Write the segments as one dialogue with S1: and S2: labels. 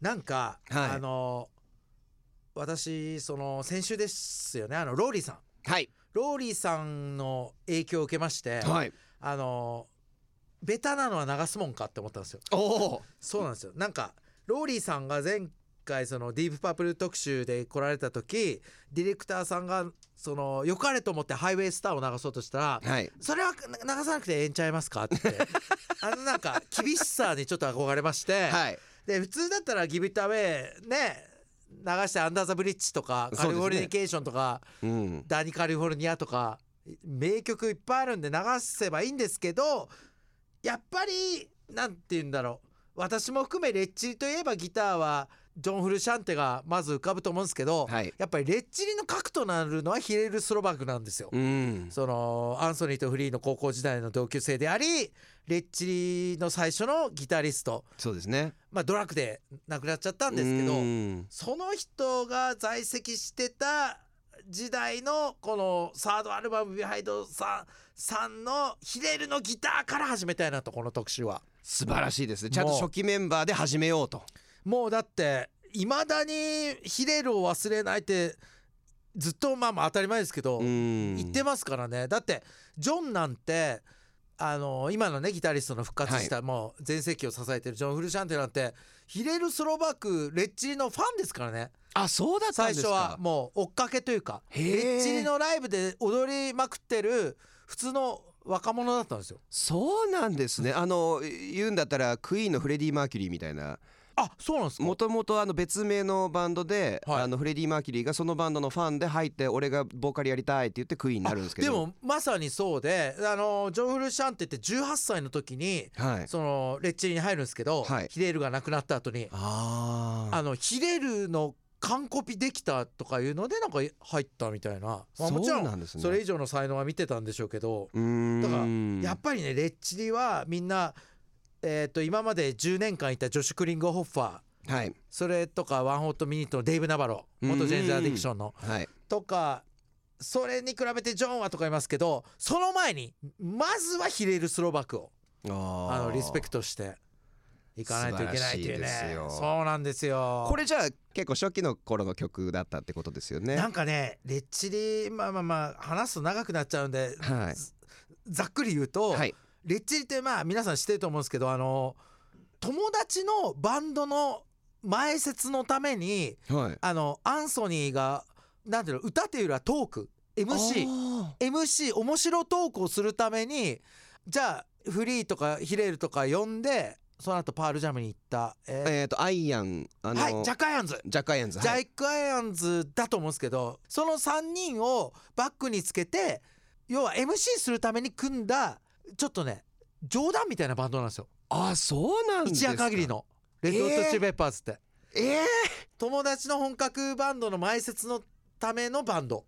S1: なんか、
S2: はい
S1: あの私その先週ですよねあのローリーさん
S2: はい。
S1: ローリーさんの影響を受けまして、
S2: はい。
S1: あのベタなのは流すもんかって思ったんですよ
S2: おお。
S1: そうなんですよなんかローリーさんが前回そのディープパープル特集で来られた時ディレクターさんがその良かれと思ってハイウェイスターを流そうとしたら
S2: はい。
S1: それはな流さなくてええんちゃいますかって あのなんか厳しさにちょっと憧れまして、
S2: はい。
S1: で普通だったら「ギブイットアウェイ」ね流して「アンダー・ザ・ブリッジ」とか「カ
S2: そうです
S1: リ
S2: ね
S1: フォルニケーション」とか
S2: うん。
S1: 「ダニ・カリフォルニア」とか名曲いっぱいあるんで流せばいいんですけどやっぱりなんて言うんだろう私も含めレッチリといえばギターはジョン・フルシャンテがまず浮かぶと思うんですけど、
S2: はい。
S1: やっぱりレッチリの核となるのはヒレル・スロバクなんですよ。
S2: うん。
S1: そのアンソニーとフリーの高校時代の同級生でありレッチリの最初のギタリスト
S2: そうですね。
S1: まあドラッグで亡くなっちゃったんですけど
S2: うん
S1: その人が在籍してた時代のこのサードアルバム「ビハイドさん」さんのヒレルのギターから始めたいなとこの特集は
S2: 素晴らしいですね。ちゃんと
S1: もう
S2: 初期メンバーで始めようと。
S1: もうだっていまだにヒレルを忘れないってずっとまあまあ当たり前ですけど、
S2: ん
S1: 言ってますからねだってジョンなんてあの今のねギタリストの復活した、もう全盛期を支えてるジョン・フルシャンテなんてヒレル・スロバクレッチリのファンですからね
S2: あ、そうだったん
S1: 最
S2: です
S1: 初
S2: か。
S1: はもう追っかけというか
S2: へ
S1: レ
S2: ー
S1: ッチリのライブで踊りまくってる普通の若者だったんですよ
S2: そうなんですね。あの言うんだったらクイーンのフレディマーキュリーみたいな。
S1: あそうなんですか
S2: もともとあの別名のバンドで、
S1: はい
S2: あのフレディマーキュリーがそのバンドのファンで入って、俺がボーカルやりたいって言ってクイーンになるんですけど。
S1: で、もまさにそうであのジョン・フルシャンテって18歳の時に
S2: はい。
S1: そのレッチリに入るんですけど、
S2: はい
S1: ヒレルが亡くなった後に
S2: ああ。
S1: あのヒレルの完コピできたとかいうのでなんか入ったみたいな、まあ、もち
S2: そ
S1: ろ
S2: うんなんですね。
S1: それ以上の才能は見てたんでしょうけど、
S2: うーん。
S1: だからやっぱりねレッチリはみんな、えー、と今まで10年間いたジョシュ・クリンゴホッファー
S2: はい。
S1: それとかワンホットミニットのデイブ・ナバロ元ジェンズ・アディクションの
S2: はい。
S1: とかそれに比べてジョンはとかいますけどその前にまずはヒレル・スロバクを
S2: あー
S1: あのリスペクトしていかないといけないっていう
S2: 素晴らしいです
S1: ね
S2: よ
S1: そうなんですよ。
S2: これじゃあ結構初期の頃の曲だったってことですよね。
S1: なんかねレッチリまあまあまあ話すと長くなっちゃうんで、
S2: はい
S1: ざっくり言うと、
S2: はい
S1: レッチリってまあ皆さん知ってると思うんですけどあの友達のバンドの前説のために
S2: はい。
S1: あのアンソニーがなんていうの歌っていうよりはトーク MCMC
S2: あ
S1: MC 面白トークをするためにじゃあフリーとかヒレルとか呼んでその後パールジャムに行った、え
S2: ーえっ、とアイアンあの、
S1: ーはいジャック・アイアンズ
S2: ジャックアイアンズ。
S1: ジ
S2: は
S1: ャ
S2: い
S1: イクアイアンズだと思うんですけどその3人をバックにつけて要は MC するために組んだちょっとね冗談みたいなバンドなんですよ
S2: あそうなんです
S1: 一
S2: か。
S1: 夜限り。の「レッド・ホット・チリ・ペッパーズ」って、
S2: ええー
S1: 友達の本格バンドの前説のためのバンド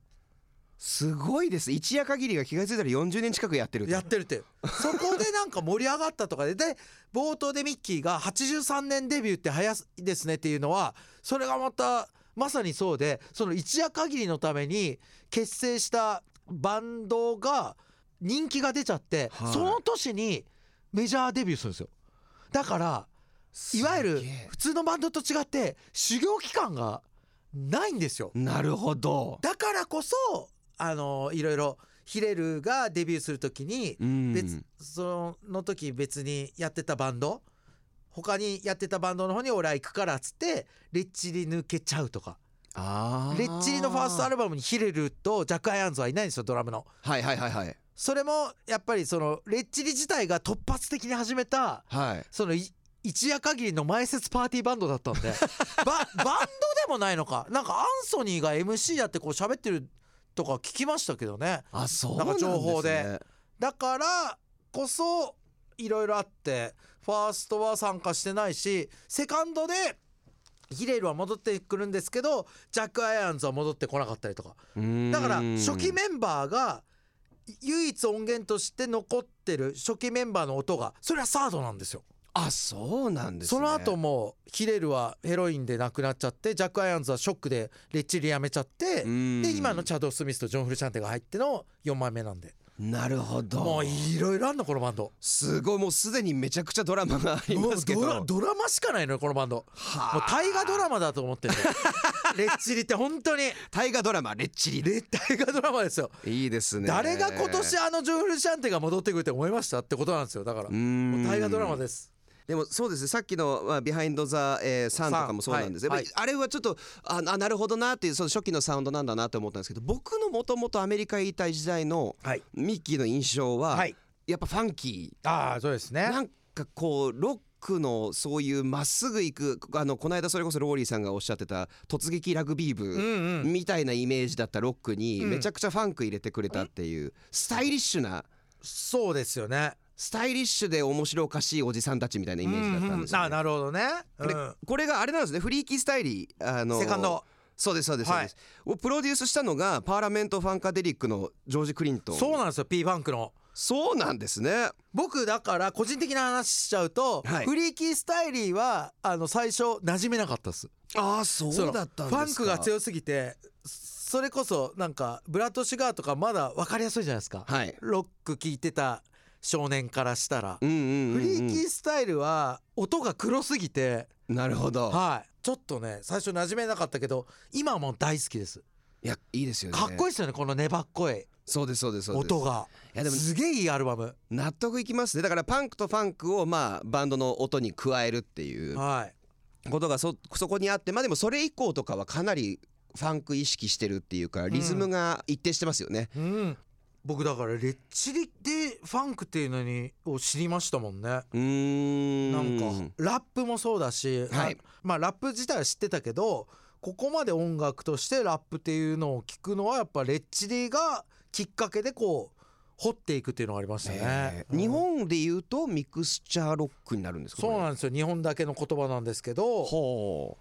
S2: すごいです。一夜限りが気が付いたら40年近くやってると。
S1: やってるっていうそこでなんか盛り上がったとかでで冒頭でミッキーが83年デビューって早いですねっていうのはそれがまたまさにそうでその一夜限りのために結成したバンドが人気が出ちゃって、
S2: はい
S1: その年にメジャーデビューするんですよだからいわゆる
S2: すげえ
S1: 普通のバンドと違って修行期間がないんですよ
S2: なるほど。
S1: だからこそあのいろいろヒレルがデビューする時に
S2: うん。
S1: 別その時別にやってたバンド他にやってたバンドの方に俺は行くからっつってレッチリ抜けちゃうとか
S2: ああ。
S1: レッチリのファーストア
S2: ル
S1: ルバムにヒレルとジャック・アイアンズはいないんですよドラムの
S2: はいはいはいはい
S1: それもやっぱりそのレッチリ自体が突発的に始めた
S2: はい。
S1: そのい一夜限りの前説パーティーバンドだったんでばバンドでもないのかなんかアンソニーが MC やってこう喋ってるとか聞きましたけどね
S2: あそうなんですね。
S1: なんか情報で。だからこそいろいろあってファーストは参加してないしセカンドでヒレルは戻ってくるんですけどジャック・アイアンズは戻ってこなかったりとかだから初期メンバーが唯一音源として残ってる初期メンバーの音がそれはサードなんですよ。
S2: あそうなんです、ね。
S1: その後もヒレルはヘロインで亡くなっちゃってジャック・アイアンズはショックでレッチリやめちゃって
S2: うん
S1: で今のチャド・スミスとジョン・フルシャンテが入っての4枚目なんで
S2: なるほど
S1: もういろいろあんのこのバンド
S2: すごいもうすでにめちゃくちゃドラマがあり
S1: も
S2: ま
S1: う
S2: すけど
S1: ドラドラマしかないのよこのバンドも
S2: はあ
S1: う大河ドラマだと思 ってるレッチリって本当に
S2: 大河ドラマレッチリ
S1: レ大河ドラマですよ
S2: いいですね
S1: 誰が今年あのジョンフルシャンテが戻ってくるって思いましたってことなんですよだから
S2: うー
S1: も
S2: ん
S1: う大河ドラマです
S2: でもそうですねさっきの、まあ、ビハインド・ザ・えーサンとかもそうなんですけど、
S1: はい
S2: やっぱりあれはちょっとああなるほどなっていうその初期のサウンドなんだなって思ったんですけど僕のもともとアメリカへいた時代の
S1: はい
S2: ミッキーの印象は、
S1: はい
S2: やっぱファンキ
S1: ああそうですね
S2: ーなんかこうロックのそういうまっすぐ行くあのこの間それこそローリーさんがおっしゃってた突撃ラグビー部、
S1: うんうん
S2: みたいなイメージだったロックに
S1: うん
S2: めちゃくちゃファンク入れてくれたっていうスタイリッシュな
S1: そうですよね
S2: スタイリッシュで面白おかしいおじさんたちみたいなイメージだったんです
S1: う
S2: よ、
S1: んうあ
S2: ね
S1: なるほどね、う
S2: これ
S1: ん、
S2: これがあれなんですねフリーキースタイリーあの
S1: セカンド
S2: そうですそうです、
S1: はい
S2: そうですをプロデュースしたのがパーラメント・ファンカデリックのジョージ・クリントン
S1: そうなんですよ P ファンクの
S2: そうなんですね
S1: 僕だから個人的な話しちゃうと、
S2: はい
S1: フリーキースタイリーはあの最初馴染めなかったです
S2: ああそ
S1: のファンクが
S2: い
S1: 強すぎてそれこそなんかブラッド・シュガーとかまだ分かりやすいじゃないですか、
S2: はい
S1: ロック聴いてた少年からしたら、
S2: うんうんうん、うん、
S1: フリーキースタイルは音が黒すぎて、
S2: なるほど
S1: はいちょっとね最初馴染めなかったけど今はもう大好きです
S2: いやいいですよね
S1: かっこいいですよねこの粘っこい
S2: そうですそうですそうです
S1: 音が
S2: いやでも
S1: すげえいいアルバム
S2: 納得いきますねだからパンクとファンクをまあバンドの音に加えるっていう
S1: はい
S2: ことがそそこにあってまあでもそれ以降とかはかなりファンク意識してるっていうかリズムが一定してますよね、
S1: うん、僕だからレッチリでファンクっていうのにを知りましたもんね。
S2: うーん
S1: なんかラップもそうだし、
S2: はい
S1: あまあラップ自体は知ってたけどここまで音楽としてラップっていうのを聞くのはやっぱレッチリがきっかけでこう掘っていくっていうのがありましたね
S2: え。ー日本で言うとミクスチャーロックになるんですか
S1: そうなん
S2: ん
S1: ですよ日本だけの言葉なんですけど海
S2: ほう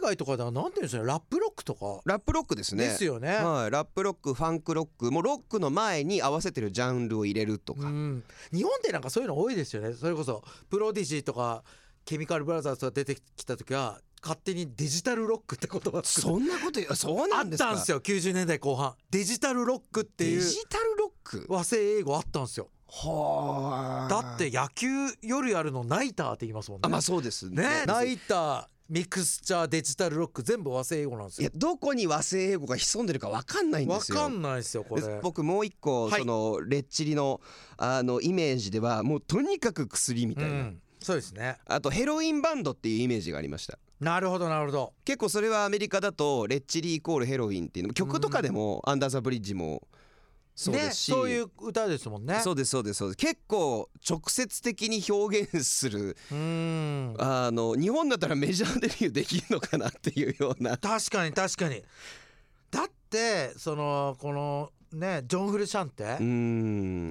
S1: 外とかではなんていうんですかねラップロックとか
S2: ラップロックですね
S1: ですよね。
S2: はい、ラップロックファンクロックもうロックの前に合わせてるジャンルを入れるとか、
S1: うん、日本ってなんかそういうの多いですよねそれこそプロディジーとかケミカルブラザーズとか出てきた時は勝手にデジタルロックって言葉作っ
S2: そんなこと言うそう
S1: たあ
S2: な
S1: っ
S2: んですか
S1: たんですよ90年代後半デジタルロックってい
S2: デ
S1: う
S2: ジタルロック
S1: 和製英語あったんですよ
S2: は
S1: だって野球夜やるのナイターって言いますもんね,、
S2: あまあそうですね
S1: ねナイターミクスチャーデジタルロック全部和製英語なんです
S2: いや
S1: よ
S2: どこに和製英語が潜んでるかわかんないんで
S1: わ
S2: すよ。
S1: かんないですよこれ
S2: で僕もう一個、
S1: はい
S2: そのレッチリのあのイメージではもうとにかく薬みた
S1: う
S2: いな、
S1: ん、そうですね
S2: あとヘロインバンドっていうイメージがありました
S1: なるほどなるほど
S2: 結構それはアメリカだとレッチリイコールヘロインっていうの曲とかでも「アンダー・ザ・ブリッジ」もそうですし、
S1: ね、そういう歌ですもんね
S2: そうですそうですそうです結構直接的に表現する
S1: うん
S2: あの日本だったらメジャーデビューできるのかなっていうよう な
S1: 確かに確かにだってそのこのねジョン・フルシャンテ、
S2: うー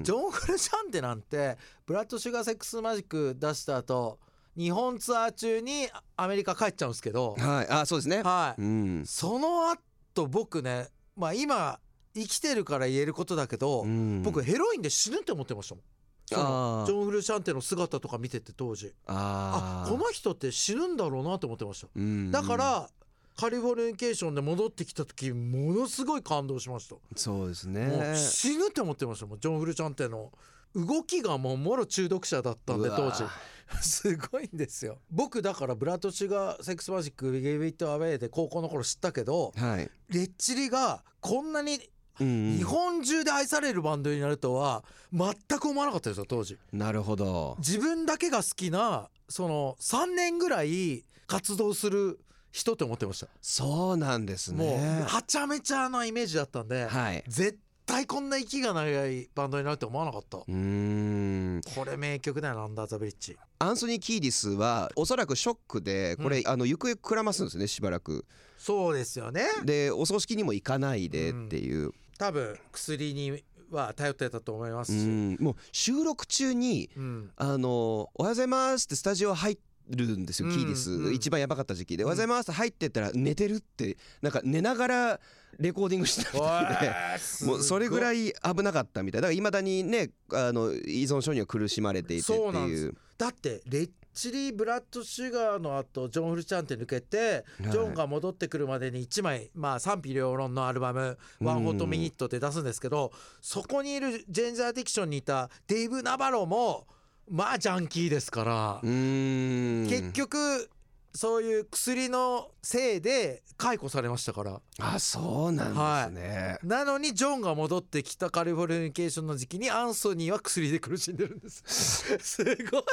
S2: ん
S1: ジョン・フルシャンテなんてブラッド・シュガー・セックス・マジック出した後日本ツアー中にアメリカ帰っちゃうんですけど、
S2: はいあそうですね、
S1: はい
S2: うん
S1: その後僕ねまあ今生きてるから言えることだけど、
S2: うん
S1: 僕ヘロインで死ぬって思ってましたもんその
S2: あー
S1: ジョン・フルシャンテの姿とか見てて当時あ
S2: あー
S1: この人って死ぬんだろうなって思ってました
S2: うん
S1: だからカリフォルニケーションで戻ってきた時ものすごい感動しました、
S2: そうです
S1: も
S2: ね
S1: う死ぬって思ってましたもうジョン・フルちゃんっての動きがもうもろ中毒者だったんで
S2: うわ
S1: 当時 すごいんですよ僕だからブラッド・シュガー・セックス・マジック「ゲイ・ビット・アウェイ」で高校の頃知ったけど
S2: はい、
S1: レッチリがこんなに
S2: うん
S1: 日本中で愛されるバンドになるとは全く思わなかったですよ当時
S2: なるほど
S1: 自分だけが好きなその3年ぐらい活動する人って思ってました
S2: そうなんですね
S1: もうはちゃめちゃなイメージだったんで、
S2: はい
S1: 絶対こんな息が長いバンドになると思わなかった、
S2: うーん
S1: これ名曲だよなアンダーザブリッジ
S2: アンソニー・キーディスはおそらくショックでこれ、あの行方くらますんですねしばらく
S1: そうですよね
S2: でお葬式にも行かないでっていう、
S1: 多分薬には頼ってたと思います
S2: う
S1: し、うん
S2: んもう収録中に あの「おはようございます」ってスタジオ入るんですよ、
S1: うん
S2: キーディス、
S1: うん
S2: 一番やばかった時期で「
S1: うん
S2: おはようございます」入ってったら寝てるってなんか寝ながらレコーディングしてたみたいで。 もうそれぐら
S1: い
S2: い危なかったみたいだからいまだにねあの依存症には苦しまれていてって
S1: そうなんで
S2: い
S1: す
S2: う
S1: だってレッチリブラッドシュガーの後ジョン・フルチャンテ抜けて、
S2: はい
S1: ジョンが戻ってくるまでに1枚、まあ、賛否両論のアルバム「ワンホットミニットで出すんですけど、そこにいるジェンジャー・ディクションにいたデイブ・ナバロもまあジャンキーですから、
S2: うーん
S1: 結局そういう薬のせいで解雇されましたから
S2: あそうなんですね、
S1: なのにジョンが戻ってきたカリフォルニケーションの時期にアンソニーは薬で苦しんでるんです すごい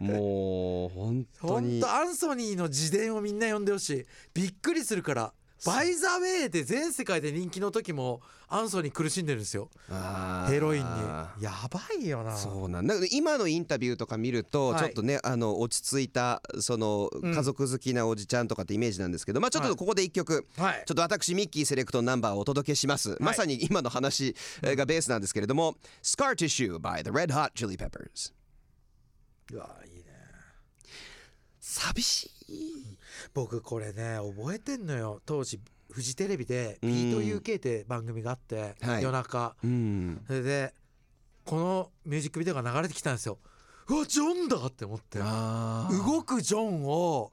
S2: もう本当
S1: 本
S2: に
S1: 当アンソニーの自伝をみんな読んでほしいびっくりするからバイザウェイで全世界で人気の時もアンソニー苦しんでるんですよ
S2: あー
S1: ヘロインにやばいよな
S2: そうなんだから今のインタビューとか見ると
S1: はい
S2: ちょっとね、あの落ち着いたその
S1: ん
S2: 家族好きなおじちゃんとかってイメージなんですけど、まあちょっ
S1: は
S2: と
S1: い
S2: ここで一曲、
S1: はい
S2: ちょっと私ミッキーセレクトナンバーをお届けします、まさに今の話えーがベースなんですけれども「Scar Tissue by the Red Hot Chili Peppers
S1: うわいいね」
S2: 寂し
S1: 僕これね覚えてんのよ当時フジテレビで「ビート u k って番組があって、
S2: はい
S1: 夜中
S2: いうん
S1: それでこのミュージックビデオが流れてきたんですようわジョンだって思って
S2: あー
S1: 動くジョンを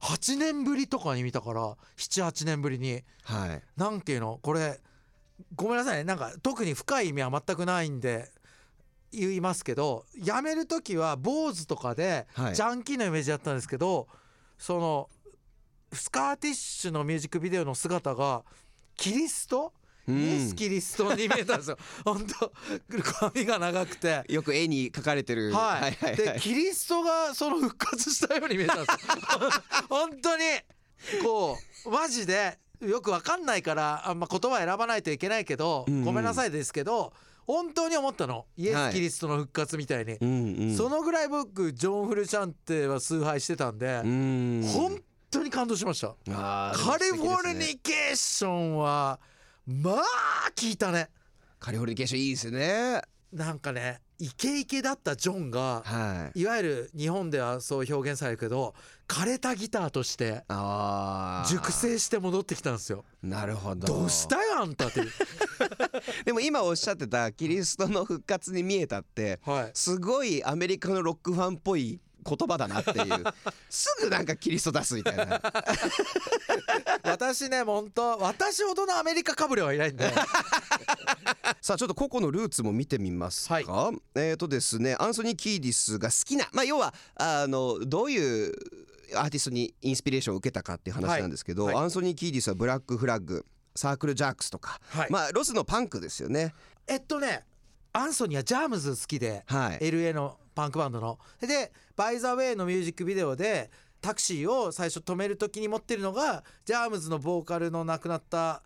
S1: 8年ぶりとかに見たから78年ぶりに
S2: はい
S1: なんていうのこれごめんなさいねなんか特に深い意味は全くないんで言いますけど辞める時は坊主とかで
S2: はい
S1: ジャンキーのイメージだったんですけど、そのスカーティッシュのミュージックビデオの姿がキリスト、
S2: うん
S1: イエス・キリストに見えたん ですよ本当髪が長くて。
S2: よく絵に描かれてる
S1: はい、
S2: はいは
S1: で
S2: い
S1: キリストがその復活したように見えたん ですよ本当にこうマジでよくわかんないからあんま言葉選ばないといけないけど、
S2: うんうん
S1: ごめんなさいですけど本当に思ったのイエ
S2: は
S1: ス・
S2: い
S1: キリストの復活みたいに、
S2: うんうん
S1: そのぐらい僕ジョン・フルシャンテは崇拝してたんで、
S2: うん
S1: 本当に感動しました
S2: あー
S1: カリフォル
S2: 素敵ですね
S1: ニケーションはまあ聞いたね
S2: カリフォルニケーションいいですね
S1: なんかねイケイケだったジョンが
S2: はい
S1: いわゆる日本ではそう表現されるけど枯れたギターとして
S2: ああ
S1: 熟成して戻ってきたんですよ
S2: なるほど
S1: どうしたよあんたっ ていう
S2: でも今おっしゃってたキリストの復活に見えたって
S1: はい
S2: すごいアメリカのロックファンっぽい言葉だなっていう すぐなんかキリスト出すみたいな
S1: 私ねもう本当私ほどのアメリカかぶれは いないんで
S2: さあちょっと個々のルーツも見てみますか、
S1: はい
S2: えーとですねアンソニー・キーディスが好きなまあ要はあのどういうアーティストにインスピレーションを受けたかっていう話なんですけど、
S1: はいはい
S2: アンソニー・キーディスはブラック・フラッグサークル・ジャークスとか、
S1: はい
S2: まあロスのパンクですよね
S1: えっとねアンソニーはジャームズ好きで、
S2: はい
S1: LA のパンクバンドので「バイ・ザ・ウェイ」のミュージックビデオでタクシーを最初止める時に持ってるのがジャームズのボーカルの亡くなった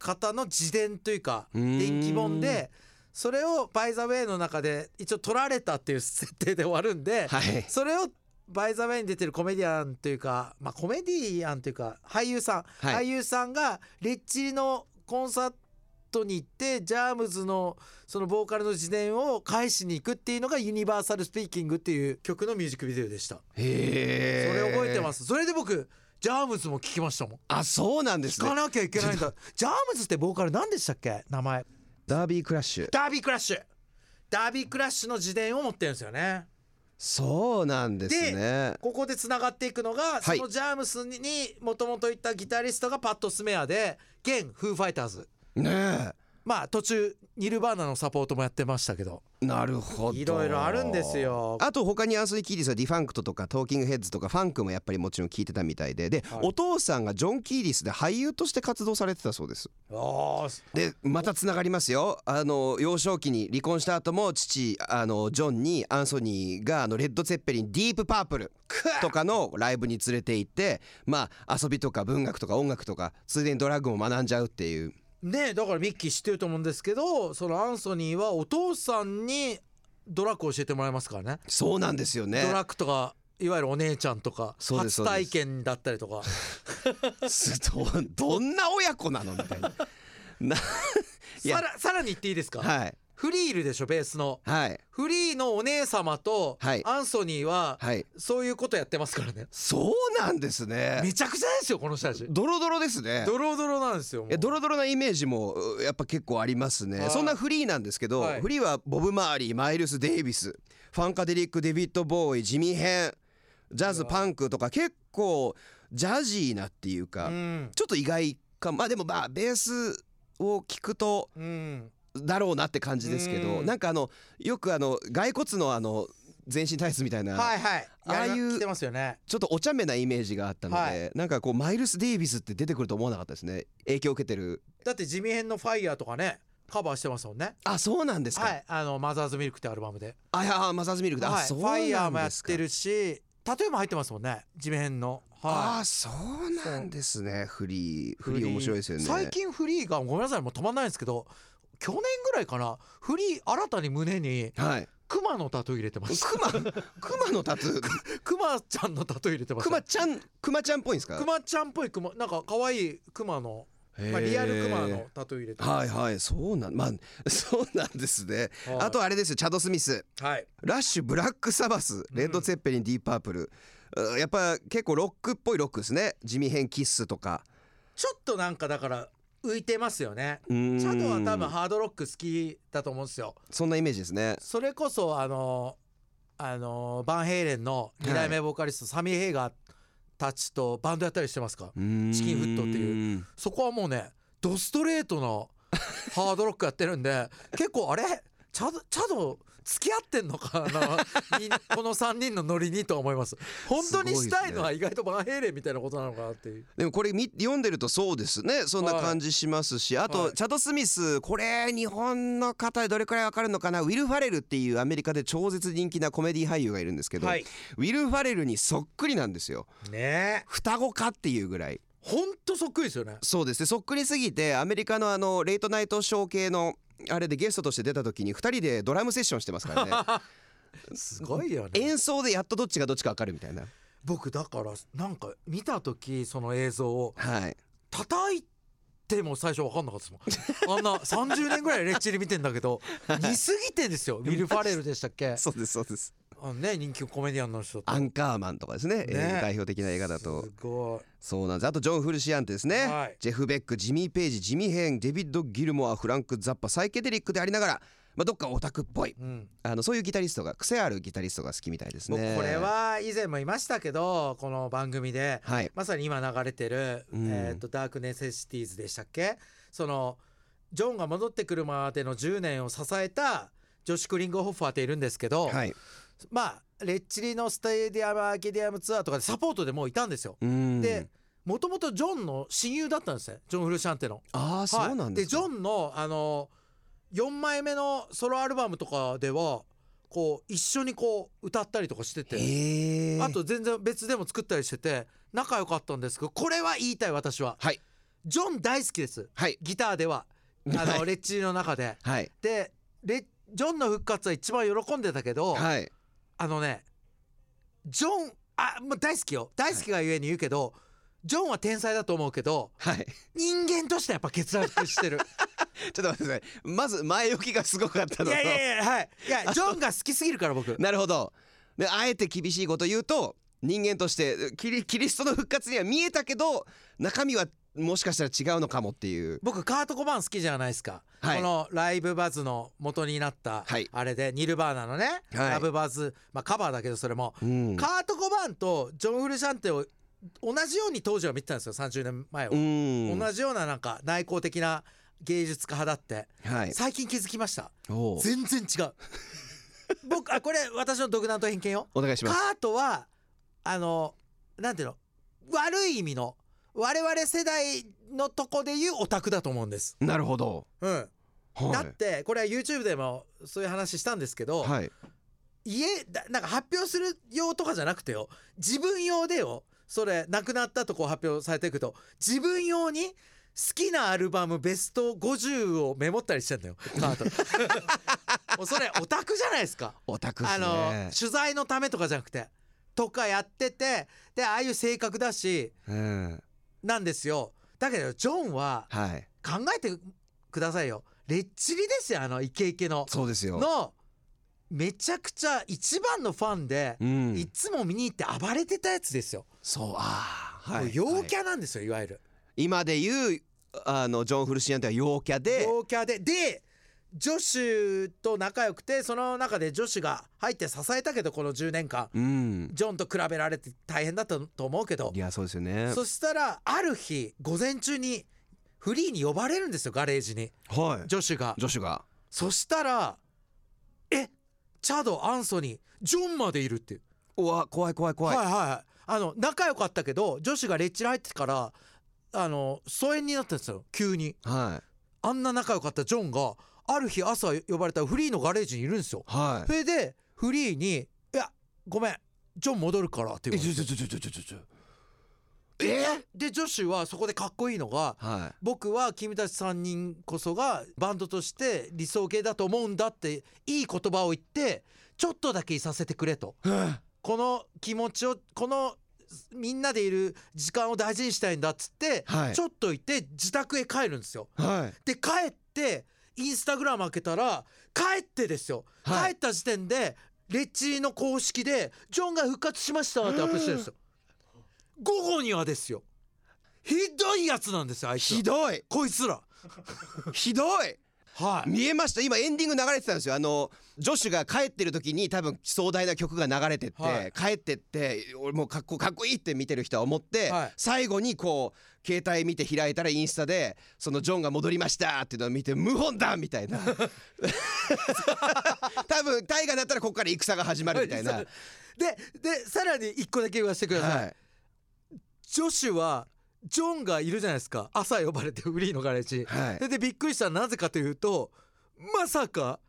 S1: 方の自伝というか
S2: うーん
S1: 電気本でそれを「バイ・ザ・ウェイ」の中で一応取られたっていう設定で終わるんで、
S2: はい
S1: それを「バイ・ザ・ウェイ」に出てるコメディアンというか、まあ、コメディアンというか俳優さん、
S2: はい
S1: 俳優さんがレッチリのコンサートに行ってジャームズのそのボーカルの自伝を返しに行くっていうのが「ユニバーサル・スピーキング」っていう曲のミュージックビデオでした、
S2: へ
S1: それ覚えてますすそれで僕ジャームズも聴きましたもん
S2: あそうなんです
S1: 聴か
S2: ね
S1: なきゃい けないんだジャームズってボーカル何でしたっけ名前
S2: ダービー・クラッシュ
S1: ダービー・クラッシュダービー・クラッシュの自伝を持ってるんですよね
S2: そうなんですね
S1: ここでつながっていくのが、
S2: はい
S1: そのジャームスにもともといたギタリストがパッド・スメアで現フーファイターズ
S2: ね
S1: まあ途中ニルバーナのサポートもやってましたけど
S2: えなるほど
S1: いろいろあるんですよ
S2: あと他にアンソニー・キーディスはディファンクトとかトーキングヘッズとかファンクもやっぱりもちろん聞いてたみたいでで、
S1: はい
S2: お父さんがジョン・キーディスで俳優として活動されてたそうです
S1: ああ
S2: でまたつながりますよあの幼少期に離婚した後も父あのジョンにアンソニーがあのレッド・ツェッペリンディープ・パープルとかのライブに連れて行ってまあ遊びとか文学とか音楽とかついでにドラッグも学んじゃうっていう
S1: ねえだからミッキー知ってると思うんですけどそのアンソニーはお父さんにドラッグを教えてもらいますからね
S2: そうなんですよね
S1: ドラッグとかいわゆるお姉ちゃんとか
S2: そうです
S1: 初
S2: そうです
S1: 体験だったりとか
S2: すどどんな親子なのみたいな。な
S1: さらさらに言っていいですか、
S2: はい
S1: フリーいるでしょベースの
S2: はい
S1: フリーのお姉様と
S2: はい
S1: アンソニーは
S2: はい
S1: そういうことやってますからね
S2: そうなんですね
S1: めちゃくちゃですよこの人たち
S2: ドロドロですね
S1: ドロドロなんですよもう
S2: いやドロドロなイメージもうやっぱ結構あります
S1: は
S2: ね
S1: い
S2: そんなフリーなんですけど、
S1: はい
S2: フリーはボブ・マーリーマイルス・デイビスファンカデリック・デビッド・ボーイジミヘンジャズ・パンクとか結構ジャジーなっていうか、
S1: うん
S2: ちょっと意外かもまあでもまあベースを聞くと
S1: うん
S2: だろうなって感じですけど、
S1: うん
S2: なんかあのよくあの骸骨のあの全身体質みたいな、
S1: はいはい
S2: ああいう
S1: やり来てますよね
S2: ちょっとお茶目なイメージがあったので、
S1: は
S2: なんかこうマイルス・デイビスって出てくると思わなかったですね影響を受けてる
S1: だって地味編のファイヤーとかねカバーしてますもんね
S2: あそうなんですか、
S1: はいあのマザーズミルクってアルバムで
S2: あいやマザーズミルクだ、
S1: は
S2: あ
S1: い
S2: そ
S1: フ
S2: うなんですか
S1: ァイヤーもやってるしタトゥーも入ってますもんね地味編の
S2: あ
S1: は
S2: あそうなんですねフリー
S1: い
S2: フリー面白いですよね
S1: 最近フリーがごめんなさいもう止まんないんですけど去年ぐらいかなフリー新たに胸に
S2: はい
S1: クマのタトゥー入れてます
S2: クマ クマのタトゥー
S1: クマちゃんのタトゥー入れてます
S2: クマちゃんクマちゃんっぽいんですか
S1: クマちゃんっぽいクマなんか可愛いクマの、
S2: へー
S1: まあ、リアルクマのタトゥー入れてま
S2: は
S1: す
S2: いはいそうなんまあ そうなんですね
S1: はい
S2: あとあれですよチャド・スミス
S1: はい
S2: ラッシュブラック・サバスレッド・ツェッペリンディープ・パープルうんやっぱ結構ロックっぽいロックですね地味編キッスとか
S1: ちょっとなんかだから浮いてますよね
S2: チ
S1: チャドは多分ハードロック好きだと思うんですよ
S2: そんなイメージですね
S1: それこそあのあのバンヘイレンの2代目ボーカリスト、サミー・ヘイガーたちとバンドやったりしてますか
S2: チキン
S1: チキンフットっていうそこはもうねドストレートの ハードロックやってるんで結構あれチャドチャド付き合ってんのか なにこの3人のノリにとは思います本当にしたいのは意外とバンヘイレンみたいなことなのかなっていう
S2: でもこれ見読んでるとそうですねそんな感じしますし、あと、
S1: はい
S2: チャド・スミスこれ日本の方でどれくらいわかるのかなウィル・ファレルっていうアメリカで超絶人気なコメディ俳優がいるんですけど、
S1: はい
S2: ウィル・ファレルにそっくりなんですよ
S1: ねえ
S2: 双子かっていうぐらい
S1: ほんとそっくりですよね
S2: そうですねそっくりすぎてアメリカのあのレイトナイトショー系のあれでゲストとして出た時に2人でドラムセッションしてますから ね
S1: すごいよね
S2: 演奏でやっとどっちがどっちかわかるみたいな
S1: 僕だからなんか見た時その映像を
S2: はい
S1: 叩いても最初分かんなかったです もんあんな30年ぐらいレッチリ見てんだけ ど似すぎてんですよウィル・ファレルでしたっけ
S2: そうですそうです
S1: あのね人気コメディアンの人と
S2: アンカーマンとかですね
S1: ね
S2: 代表的な映画だと
S1: すご
S2: そうなんですあとジョン・フルシアンテですね、
S1: はい
S2: ジェフ・ベックジミー・ページジミー・ヘンデビッド・ギルモアフランク・ザッパサイケデリックでありながら、まあ、どっかオタクっぽい
S1: い、うん
S2: あのそういうギタリストが癖あるギタリストが好きみたいですね
S1: 僕これは以前も言いましたけどこの番組で
S2: はい
S1: まさに今流れてる「
S2: うん
S1: えー、とダークネセシティーズ」でしたっけそのジョンが戻ってくるまでの10年を支えたジョシュ・クリンゴホッファーっているんですけど、
S2: はい
S1: まあレッチリのスタディアムアーケディアムツアーとかでサポートでもういたんですよ。
S2: うん
S1: でもともとジョンの親友だったんですねジョン・フルシャンテの。
S2: ああそうなんですか、
S1: はいでジョンのあの4枚目のソロアルバムとかではこう一緒にこう歌ったりとかしてて、
S2: へえ
S1: あと全然別でも作ったりしてて仲良かったんですけどこれは言いたい私は、
S2: はい
S1: ジョン大好きです
S2: はい
S1: ギターではあ
S2: は
S1: の
S2: い
S1: レッチリの中で。
S2: はい
S1: でレジョンの復活は一番喜んでたけど、
S2: はい
S1: あのねジョンあもう大好きよ大好きがゆえに言うけど、ジョンは天才だと思うけど
S2: はい
S1: 人間としてやっぱ欠落してる
S2: ちょっと待ってくださいまず前置きがすごかったの
S1: い
S2: と
S1: やいやいやはいいやジョンが好きすぎるから僕
S2: なるほどであえて厳しいこと言うと人間としてキリキリストの復活には見えたけど中身はもしかしたら違うのかもっていう
S1: 僕カート・コバーン好きじゃないですか、
S2: はい
S1: このライブバズの元になった、
S2: はい
S1: あれでニルバーナのね、
S2: はい
S1: ラブバズ、まあ、カバーだけどそれも、
S2: うん
S1: カート・コバーンとジョン・フルシャンテを同じように当時は見てたんですよ30年前を、
S2: うん
S1: 同じようななんか内向的な芸術家派だって、
S2: はい
S1: 最近気づきました
S2: おう
S1: 全然違う僕あこれ私の独断と偏見よ
S2: お願いし
S1: カ
S2: ます
S1: ートはあのなんていうの悪い意味の我々世代のとこでいうオタクだと思うんです、
S2: なるほど
S1: うん
S2: はい
S1: だってこれは YouTube でもそういう話したんですけど、
S2: はい
S1: 家だなんか発表する用とかじゃなくてよ自分用でよそれ亡くなったとこう発表されていくと自分用に好きなアルバムベスト50をメモったりしてんだよカート もうそれオタクじゃないですか
S2: オタクっ
S1: あ
S2: す
S1: の
S2: ね
S1: 取材のためとかじゃなくてとかやっててでああいう性格だし
S2: うん
S1: なんですよだけどジョンは
S2: はい
S1: 考えてくださいよレッチリですよあのイケイケの
S2: そうですよ。
S1: のめちゃくちゃ一番のファンで
S2: う
S1: い
S2: ん。
S1: つも見に行って暴れてたやつですよ、
S2: そうああ、は
S1: も
S2: い。
S1: う陽
S2: はい
S1: キャなんですよいわゆる
S2: 今で言うあのジョンフルシアンっては陽キャで、
S1: 陽キャででジョシュと仲良くてその中でジョシュが入って支えたけどこの10年間
S2: うん。
S1: ジョンと比べられて大変だったと思うけど
S2: いやそうですよね。
S1: そしたらある日午前中にフリーに呼ばれるんですよガレージに
S2: は
S1: ジョシュが
S2: い。女子が。
S1: そしたらえチャドアンソニージョンまでいるっていう
S2: うわ怖い怖い怖い。
S1: はいはいあの仲良かったけど女子がレッチリ入ってからあの疎遠になったんですよ急に
S2: はい
S1: あんな仲良かったジョンがある日朝呼ばれたフリーのガレージにいるんですよ
S2: は
S1: それでフリーに「いやごめんジョン戻るから」って
S2: い。
S1: 言われて
S2: ょちょちょちょちょちょ。
S1: えで女子はそこでかっこいいのが
S2: は
S1: 僕は君たち3人こそがバンドとして理想形だと思うんだっていい言葉を言ってちょっとだけいさせてくれと
S2: い。は
S1: この気持ちをこのみんなでいる時間を大事にしたいんだっつって、
S2: はい
S1: ちょっと行って自宅へ帰るんですよ。
S2: い。はい。
S1: で帰ってインスタグラム開けたら帰ってですよ、
S2: はい
S1: 帰った時点でレッチリの公式で「ジョンが復活しました」ってアップしてるんですよ。午後にはですよひどいやつなんですよあいつ
S2: ひ
S1: ら
S2: どい。
S1: こいつら。
S2: ひどい。
S1: はい
S2: 見えました今エンディング流れてたんですよあのジョシュが帰ってる時に多分壮大な曲が流れてって、
S1: はい
S2: 帰ってって俺もうかっこかっこいいって見てる人は思って、
S1: はい
S2: 最後にこう携帯見て開いたらインスタでそのジョンが戻りましたっていうのを見て無本だみたいな多分大河だったらここから戦が始まるみたいな、は
S1: はいい、ででさらに一個だけ言わせてください、ジョシュはジョンがいるじゃないですか朝呼ばれてフリーのガレージ、
S2: はい
S1: それでびっくりしたのはなぜかというとまさか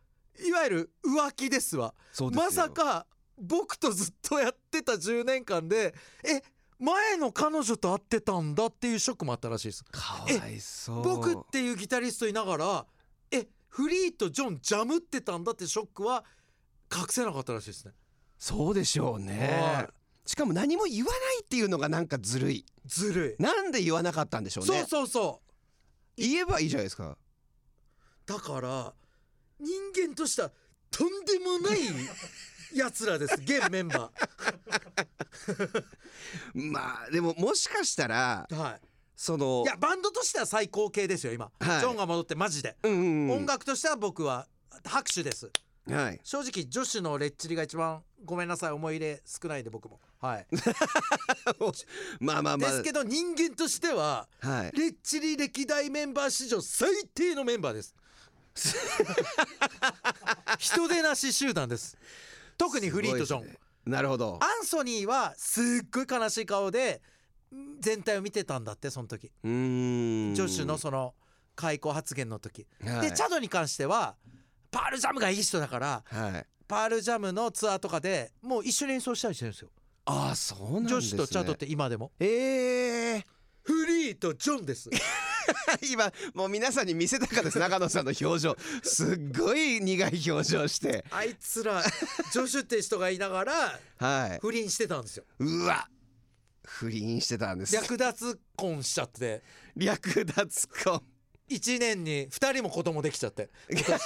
S1: いわゆる浮気ですわ
S2: そうですよ
S1: まさか僕とずっとやってた10年間でえ前の彼女と会ってたんだっていうショックもあったらしいです
S2: かわいそう
S1: 僕っていうギタリストいながらえフリーとジョンジャムってたんだってショックは隠せなかったらしいですね
S2: そうでしょうね
S1: は
S2: しかも何も言わないっていうのがなんかずるい
S1: ずるい
S2: なんで言わなかったんでしょうね
S1: そうそうそう
S2: 言えばいいじゃないですか
S1: だから人間としたとんでも ないやつらです現メンバ
S2: まあでももしかしたら
S1: ーはい
S2: その
S1: いやバンドとしては最高形ですよ今、
S2: はい
S1: ジョンが戻ってマジで、
S2: うんうんうん
S1: 音楽としては僕は拍手です
S2: はい
S1: 正直女子のレッチリが一番ごめんなさい思い入れ少ないんで僕もはい、
S2: まあまあま
S1: ですけ
S2: あ
S1: ど人間としては
S2: はい
S1: レッチリ歴代メンバー史上最低のメンバー です人出なし集団です特にフリーとジョン、
S2: すごいですねなるほど
S1: アンソニーはすっごい悲しい顔でん全体を見てたんだってその時
S2: うーん
S1: ジョシュのその開口発言の時、
S2: はい
S1: でチャドに関してはパールジャムがいい人だから
S2: はい
S1: パールジャムのツアーとかでもう一緒に演奏したりしてるんですよ
S2: ああそうなんですね
S1: ジョシュとチャドって今でも
S2: ええ
S1: フリーとジョンです
S2: 今もう皆さんに見せたかったです中野さんの表情すっごい苦い表情して
S1: あいつらジョシュって人がいながら
S2: はい
S1: 不倫してたんですよ
S2: うわ不倫してたんです
S1: 略奪婚しちゃって
S2: 略奪 婚
S1: 1年に2人も子供できちゃって今年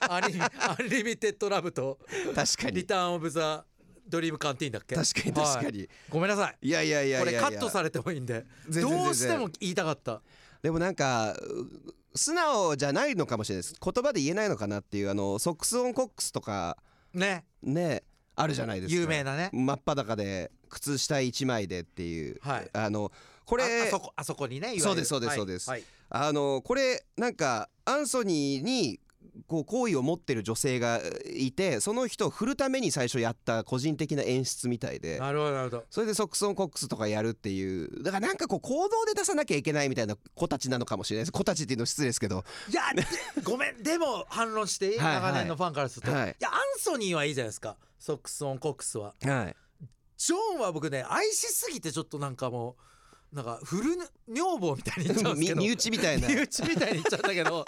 S1: ア ニアンリミテッドラブと
S2: 確か
S1: リ
S2: に
S1: ターンオブザドリームカンティーンだっけ
S2: 確かに確か
S1: はい
S2: に
S1: ごめんなさい
S2: いやいやいやい
S1: こ
S2: やい
S1: れ
S2: や
S1: カットされてもいいんで
S2: 全然全然
S1: どうしても言いたかった
S2: でもなんかう素直じゃないのかもしれないです言葉で言えないのかなっていうあのソックス・オン・コックスとか
S1: ね
S2: ねあるじゃないですか
S1: 有名なね
S2: 真っ裸で靴下一枚でっていう、
S1: はい
S2: あのこ
S1: こ
S2: れ
S1: ああそこあそこにねいわゆる
S2: そうですそうです
S1: はい
S2: そうです
S1: はい
S2: あのこれなんかアンソニーにこう好意を持ってる女性がいてその人を振るために最初やった個人的な演出みたいで
S1: なるほどなるほど
S2: それでソックス・オン・コックスとかやるっていうだからなんかこう行動で出さなきゃいけないみたいな子たちなのかもしれないです子たちっていうの失礼ですけど
S1: いや でごめんでも反論していい
S2: はいはい
S1: 長年のファンからするとい
S2: はい
S1: やアンソニーはいいじゃないですかソックスオンコックスは
S2: はい
S1: ジョンは僕ね愛しすぎてちょっとなんかもうなんかフル女房みたいに言っちゃうん です
S2: み
S1: けど
S2: 身内みたいな
S1: 身内み たいに言っちゃったけど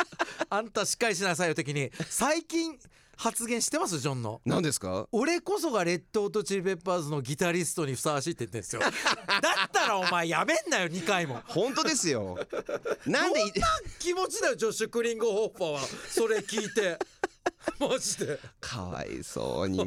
S1: あんたしっかりしなさいよ的に最近発言してますジョンの
S2: 何ですか
S1: 俺こそがレッドオートチリペッパーズのギタリストにふさわしいって言ってんですよだったらお前やめんなよ2回も
S2: 本当ですよなんでい
S1: 気持ちだよジョシュ・クリンゴホッパーはそれ聞いてマジで
S2: かわいそうに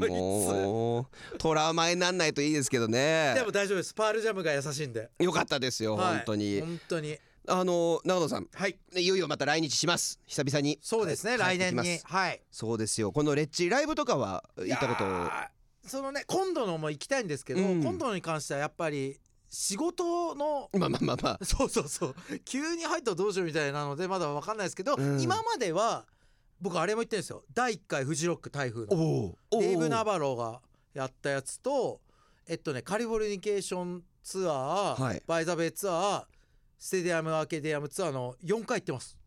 S2: もうトラウマになんないといいですけどね
S1: でも大丈夫ですパールジャムが優しいんで
S2: よかったですよ、
S1: はい
S2: 本当に
S1: 本当に
S2: あの長野さん
S1: はい
S2: いよいよまた来日します久々に
S1: そうですね
S2: 帰っ
S1: 来
S2: て
S1: 年
S2: きます
S1: にはい
S2: そうですよこのレッチリライブとかは行ったこと
S1: いやーそのね今度のも行きたいんですけど、
S2: うん
S1: 今度のに関してはやっぱり仕事の
S2: まあまあまあまあ
S1: そうそうそう急に入ったらどうしようみたいなのでまだ分かんないですけど、
S2: うん
S1: 今までは僕あれも言ってるんですよ第1回フジロック台風の
S2: お
S1: デイブ・ナバロがやったやつとえっとねカリフォルニケーションツアー、
S2: はい
S1: バイザベイツアーステディアム・アーケディアムツアーの4回行ってます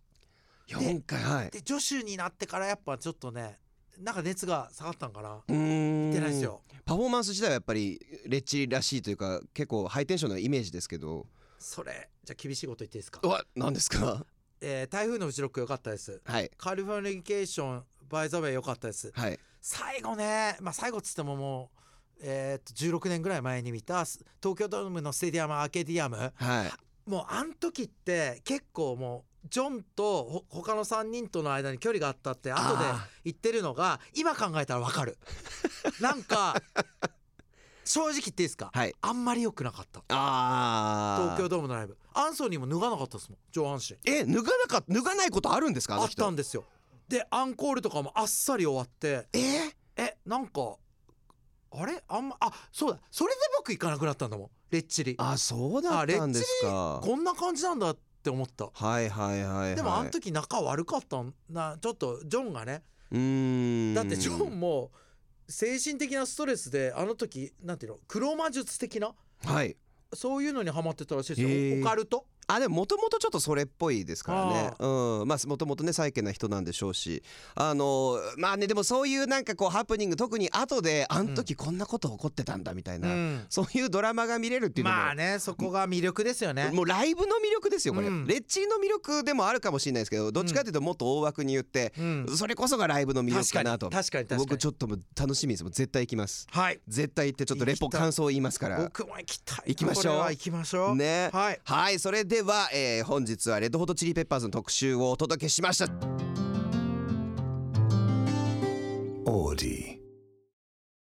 S2: 4回はい
S1: で助手になってからやっぱちょっとねなんか熱が下がったんかな
S2: うーん
S1: 行ってないですよ
S2: パフォーマンス自体はやっぱりレッチリらしいというか結構ハイテンションなイメージですけど
S1: それじゃあ厳しいこと言っていいですか
S2: う、わ何ですか
S1: えー台風のフジロック良かったです
S2: はい
S1: カリフォルニケーションバイザベイ良かったです
S2: はい
S1: 最後ねまあ最後っつってももうえーっと16年ぐらい前に見たす東京ドームのステディアムアーケディアム
S2: はい
S1: もうあん時って結構もうジョンとほ他の3人との間に距離があったって後で
S2: あ
S1: 言ってるのが今考えたらわ かるなんか正直言っていいですか、
S2: はい
S1: あんまり良くなかった
S2: あ
S1: 東
S2: ー
S1: 京ドームのライブアンソニーも脱がなかったですもん上半身
S2: え脱がなかっ脱がないことあるんですかあ
S1: あ
S2: の
S1: っ
S2: 人
S1: たんですよでアンコールとかもあっさり終わって
S2: えー
S1: えなんかあれあんまあそうだそれで僕行かなくなったんだもんレッチリ
S2: あそうだったんですか
S1: こんな感じなんだって思った
S2: はいはいはいはい
S1: でもあの時仲悪かったなちょっとジョンがね
S2: うーん
S1: だってジョンも精神的なストレスであの時なんていうの黒魔術的な
S2: はい
S1: そういうのにハマってたらしいですよ、
S2: へー
S1: オカルト
S2: あでももともとちょっとそれっぽいですからねうんまあもともとねサイケな人なんでしょうしあのまあねでもそういうなんかこうハプニング特に後であの時こんなこと起こってたんだみたいな、
S1: うん
S2: そういうドラマが見れるっていうのも、
S1: まあねそこが魅力ですよね
S2: もうライブの魅力ですよこれ、
S1: うん
S2: レッチリの魅力でもあるかもしれないですけどどっちかというともっと大枠に言って、
S1: うん
S2: それこそがライブの魅力
S1: 確か
S2: か
S1: に
S2: な
S1: 確
S2: と
S1: かに確かに
S2: 僕ちょっともう楽しみですもう絶対行きます
S1: はい
S2: 絶対行ってちょっとレポ
S1: 行きたい
S2: 感想を言いますから
S1: 僕も行きたいな
S2: 行きましょう
S1: これは行きましょう
S2: ね
S1: はい
S2: はいそれでは、えー本日はレッドホットチリペッパーズの特集をお届けしました
S3: Audi.